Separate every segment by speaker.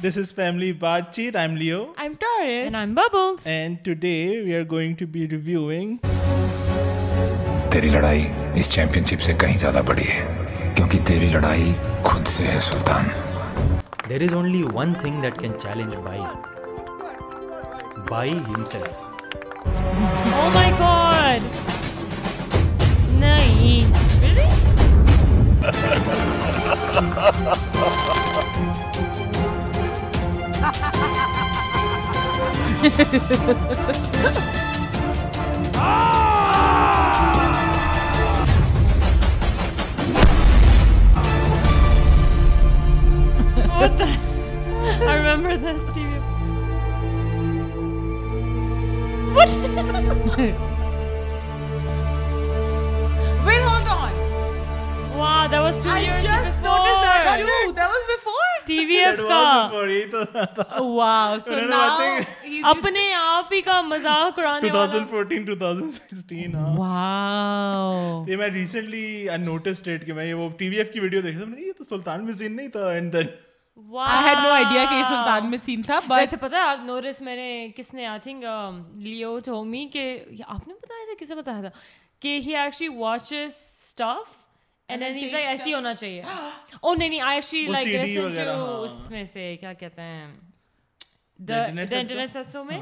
Speaker 1: This is Family Baatcheet. I'm Leo.
Speaker 2: I'm Taurus.
Speaker 3: And I'm Bubbles.
Speaker 1: And today we are going to be reviewing
Speaker 4: تیری لڑائی اس championship سے کہیں زیادہ بڑی ہے کیونکہ تیری لڑائی خود سے ہے سلطان
Speaker 5: There is only one thing that can challenge Bai. Bai himself.
Speaker 3: Oh my god! نہیں What the? I remember this TV. What?
Speaker 2: Wait, hold on.
Speaker 3: wow, that was two
Speaker 2: I
Speaker 3: years
Speaker 2: just noticed that
Speaker 3: before.
Speaker 2: too. That was before.
Speaker 3: TVS
Speaker 1: That
Speaker 3: کا
Speaker 1: was before, یہی تو تھا۔
Speaker 2: wow. So
Speaker 1: Unhone
Speaker 2: now
Speaker 1: बातें-
Speaker 2: he's
Speaker 3: اپنے آپ ہی کا مذاق اڑانے والا
Speaker 1: 2014 2016 ہاں
Speaker 2: wow.
Speaker 1: یہ میں recently I noticed it کہ میں یہ وہ TVF کی ویڈیو دیکھ رہا تھا میں نے کہا، یہ تو سلطان میں سین نہیں تھا and then
Speaker 2: I had no idea کہ یہ سلطان میں سین تھا but
Speaker 3: ویسے پتا ہے آپ نورس میں نے کس نے آئی تھنک لیو ٹومی کہ آپ نے بتایا تھا کسے بتایا تھا کہ ہی actually watches stuff and then ہی ایسے ہی ہونا چاہیے او نہیں نہیں آئی ایکچولی
Speaker 1: وہ
Speaker 3: لائک
Speaker 1: CD
Speaker 3: لسن
Speaker 1: وغیرہ،
Speaker 3: ٹو
Speaker 1: ہاں۔
Speaker 3: اس میں سے کیا کہتے ہیں
Speaker 1: The Internet ہاں۔ Satsang؟
Speaker 3: انٹرنیٹ سسو میں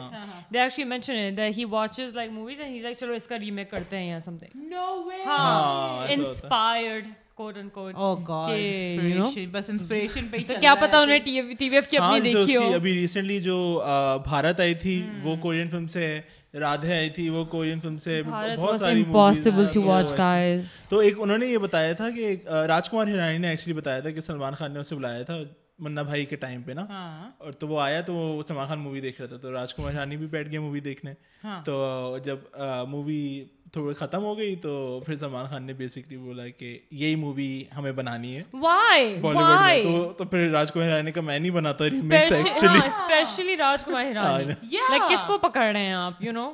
Speaker 3: they actually mention he watches like movies and he like چلو اس کا ریمیک کرتے ہیں یا سم تھنگ
Speaker 2: no way.
Speaker 1: ہاں،
Speaker 3: ہاں
Speaker 1: ایسا ہوتا ہے۔
Speaker 3: Inspired quote in quote
Speaker 2: Oh god.
Speaker 3: کہ, you know-
Speaker 2: Inspiration. بس inspiration پہ ہی
Speaker 3: تو
Speaker 2: چل
Speaker 3: کیا
Speaker 2: رہا
Speaker 3: پتا
Speaker 2: ہے
Speaker 3: انہیں ٹی ٹی وی ایف کی
Speaker 1: ہاں
Speaker 3: اپنی
Speaker 1: جیسے اس
Speaker 3: دیکھی
Speaker 1: کی
Speaker 3: ہو
Speaker 1: ابھی ریسنٹلی جو آ، بھارت آئی تھی وہ کورین فلم سے ہے رادھے آئی تھی وہ کورین فلم سے ہے بہت ساری movies ہیں جو ایسے- تو ایک انہوں نے یہ بتایا تھا کہ ایک، آ، راج کمار ہیرانی نے ایکچولی بتایا تھا کہ سلمان خان نے اسے بلایا تھا منا بھائی کے ٹائم پہ نا اور تو وہ آیا تو وہ سلمان خان مووی دیکھ رہا تھا تو راج کمار ہیرانی بھی بیٹھ گئے مووی دیکھنے تو جب مووی تھوڑی ختم ہو گئی تو پھر سلمان خان نے بیسکلی بولا کہ یہی مووی ہمیں بنانی ہے بالی ووڈ میں تو تو پھر راج کمار ہیرانی کا میں نہیں بناتا remix actually
Speaker 3: specially Raj Kumar Hirani like کس کو پکڑ رہے ہیں آپ یو نو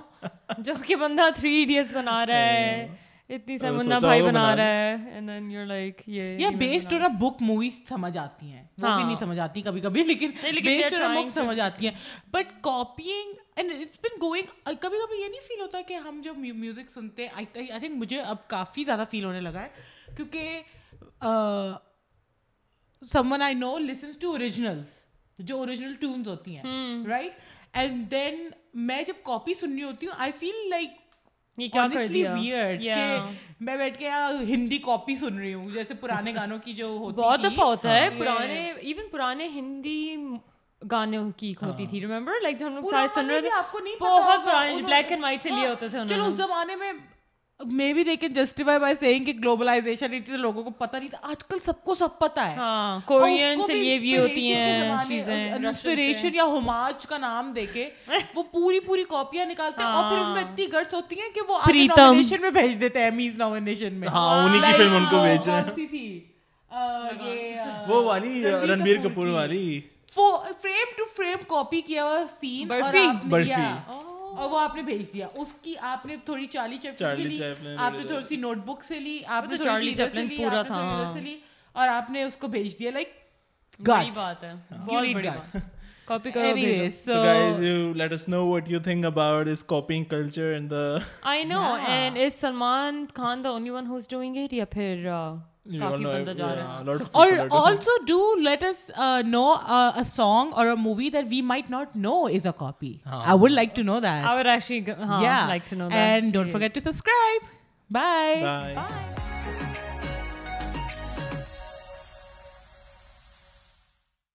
Speaker 3: جو کہ بندہ تھری ایڈیٹس بنا رہا ہے اتنی سا منا بھائی بنا رہا ہے اینڈ دین یو لائک یہ
Speaker 2: یا بیسڈ آن بک موویز سمجھ آتی ہیں وہ بھی نہیں سمجھ آتی کبھی کبھی لیکن بیسڈ آن بک سمجھ آتی ہیں but copying and it's been going کبھی کبھی یہ نہیں فیل ہوتا کہ ہم جو میوزک سنتے ہیں آئی تھنک مجھے اب کافی زیادہ فیل ہونے لگا ہے کیونکہ someone I know listens to originals جو اوریجنل ٹیونز ہوتی ہیں رائٹ اینڈ دین میں جب کاپی سن رہی ہوتی ہوں آئی فیل لائک
Speaker 3: یہ کیا کر
Speaker 2: honestly
Speaker 3: دیا
Speaker 2: weird کہ میں بیٹھ کے یہاں ہندی کاپی سن رہی ہوں جیسے پرانے گانوں کی جو ہوتی
Speaker 3: بہت
Speaker 2: تھی۔
Speaker 3: دفعہ ہوتا ہے پرانے ایون پرانے ہندی گانوں کی ہوتی تھی ریمبر لائک جو ہم لوگ
Speaker 2: پرانے
Speaker 3: سارے سن رہے
Speaker 2: بھی آپ کو نہیں
Speaker 3: تھے
Speaker 2: پتا
Speaker 3: بہت
Speaker 2: ہوگا۔
Speaker 3: پرانے
Speaker 2: انہوں-
Speaker 3: بلیک اینڈ وائٹ سے لیے
Speaker 2: ہاں،
Speaker 3: ہوتے تھے
Speaker 2: چلو اس زمانے میں may be they can justify by seeing کہ گلوبلائزیشن اتنے لوگوں کو پتہ نہیں تھا آج کل سب کو سب پتہ ہے
Speaker 3: ہاں کورین سے یہ بھی ہوتی ہیں چیزیں
Speaker 2: انسپریشن یا ہوماج کا نام دے کے وہ پوری پوری کاپیاں نکالتے ہیں اور پھر ان میں
Speaker 3: ہاں۔
Speaker 2: اتنی گٹس ہوتی ہیں کہ وہ آگے
Speaker 3: پریتم۔
Speaker 2: نامینیشن میں بھیج دیتے ہیں میز نامینیشن میں
Speaker 1: ہاں انہیں کی فلم ان کو بھیج رہے ہیں
Speaker 2: کون سی تھی Uh, یہ
Speaker 1: وہ والی رنبیر کپور والی
Speaker 2: فریم ٹو فریم کاپی کیا ہوا سین اور وہ آپ نے بھیج دیا اس کی آپ نے تھوڑی چارلی چیپلن آپ نے تھوڑی سی نوٹ بک سے لی آپ نے لی اور آپ نے اس کو بھیج دیا لائک
Speaker 3: بڑی بات ہے بہت بڑی بات کاپی کرو بھیجو
Speaker 1: So guys, you let us know what you think about this copying culture and the
Speaker 3: I know and is Salman Khan the only one who's doing it یا پھر
Speaker 1: you all
Speaker 3: کافی
Speaker 1: know,
Speaker 3: بندہ جا رہا
Speaker 1: yeah, a lot of
Speaker 2: اور
Speaker 1: people are doing-
Speaker 2: also do let us know song اور movie that we might not know is a copy I would like to know that
Speaker 3: Uh-huh. ہے I would actually ہاں like to know
Speaker 2: and don't forget to subscribe bye
Speaker 1: Bye.
Speaker 2: Bye